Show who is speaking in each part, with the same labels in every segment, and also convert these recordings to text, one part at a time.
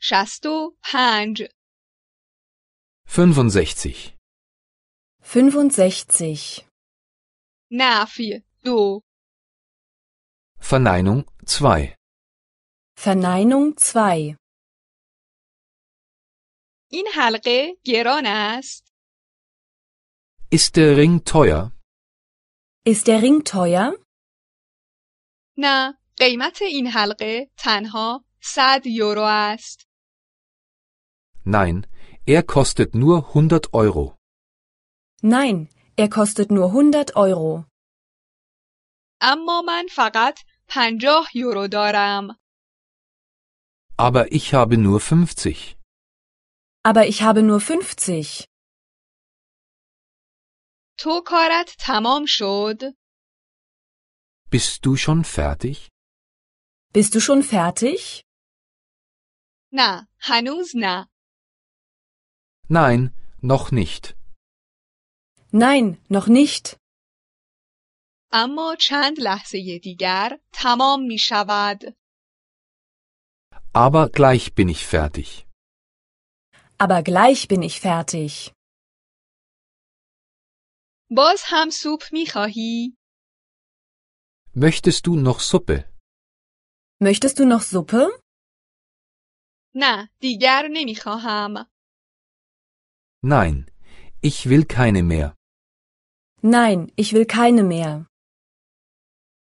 Speaker 1: شست و پنج
Speaker 2: 65.
Speaker 3: 65.
Speaker 1: نفی دو
Speaker 2: Verneinung 2.
Speaker 3: Verneinung 2.
Speaker 1: این حلقه گران است
Speaker 2: Ist der Ring teuer?
Speaker 3: Ist der Ring teuer?
Speaker 1: نه قیمت این حلقه تنها 100 یورو است
Speaker 2: Nein, er kostet nur 100 Euro.
Speaker 3: Nein, er kostet nur 100 Euro.
Speaker 1: اما من فقط 50 یورو دارم
Speaker 2: Aber ich habe nur 50.
Speaker 3: Aber ich habe nur 50.
Speaker 1: تو کارت تمام شد
Speaker 2: Bist du schon fertig?
Speaker 3: Bist du schon fertig?
Speaker 1: نه هنوز نه
Speaker 2: Nein, noch nicht.
Speaker 3: Nein, noch nicht.
Speaker 1: اما چند لحظه دیگر تمام می شود
Speaker 2: Aber gleich bin ich fertig.
Speaker 3: Aber gleich bin ich fertig.
Speaker 1: باز هم سوپ می خواهی؟
Speaker 2: Möchtest du noch Suppe?
Speaker 3: Möchtest du noch Suppe?
Speaker 1: نه دیگر نمی خواهم
Speaker 2: Nein, ich will keine mehr.
Speaker 3: Nein, ich will keine mehr.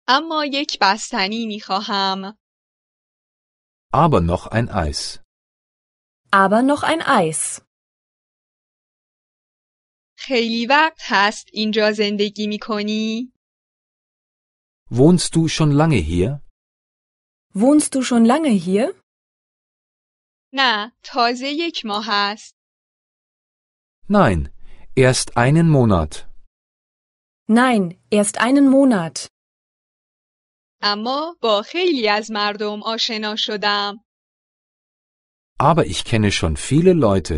Speaker 1: اما یک بستنی می خواهم
Speaker 2: Aber noch ein Eis.
Speaker 3: Aber noch ein Eis.
Speaker 1: خیلی وقت هست اینجا زندگی می کنی؟
Speaker 2: Wohnst du schon lange hier?
Speaker 3: Wohnst du schon lange hier?
Speaker 1: نه تازه یک ماه است
Speaker 2: Nein, erst einen Monat.
Speaker 3: Nein, erst einen Monat.
Speaker 1: اما با خیلی از مردم آشنا شدم
Speaker 2: Aber ich kenne schon viele Leute.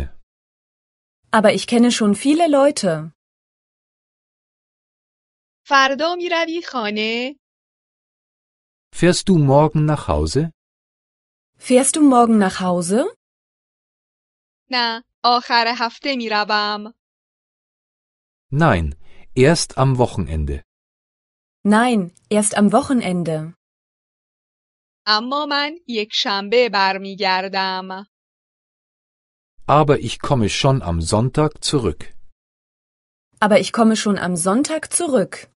Speaker 3: Aber ich kenne schon viele Leute.
Speaker 1: فردا می روی خانه؟
Speaker 2: Fährst du morgen nach Hause?
Speaker 3: Fährst du morgen nach Hause?
Speaker 1: نه آخر هفته می روم.
Speaker 2: Nein, erst am Wochenende.
Speaker 3: Nein, erst am Wochenende.
Speaker 1: اما من یک شنبه برمیگردم.
Speaker 2: Aber ich komme schon am Sonntag zurück.
Speaker 3: Aber ich komme schon am Sonntag zurück.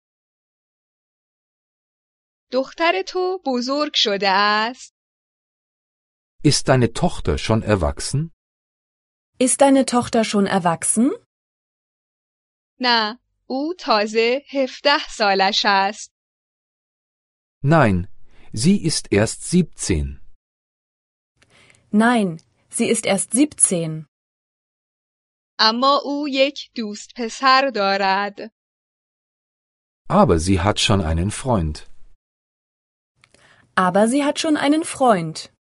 Speaker 1: دختر تو بزرگ شده است.
Speaker 2: Ist deine Tochter schon erwachsen?
Speaker 3: Ist deine Tochter schon erwachsen?
Speaker 1: نه، او تازه 17 سالش است.
Speaker 2: Nein, sie ist erst 17.
Speaker 3: Nein, sie ist erst 17.
Speaker 1: اما او یک دوست پسر دارد.
Speaker 2: Aber sie hat schon einen Freund.
Speaker 3: Aber sie hat schon einen Freund.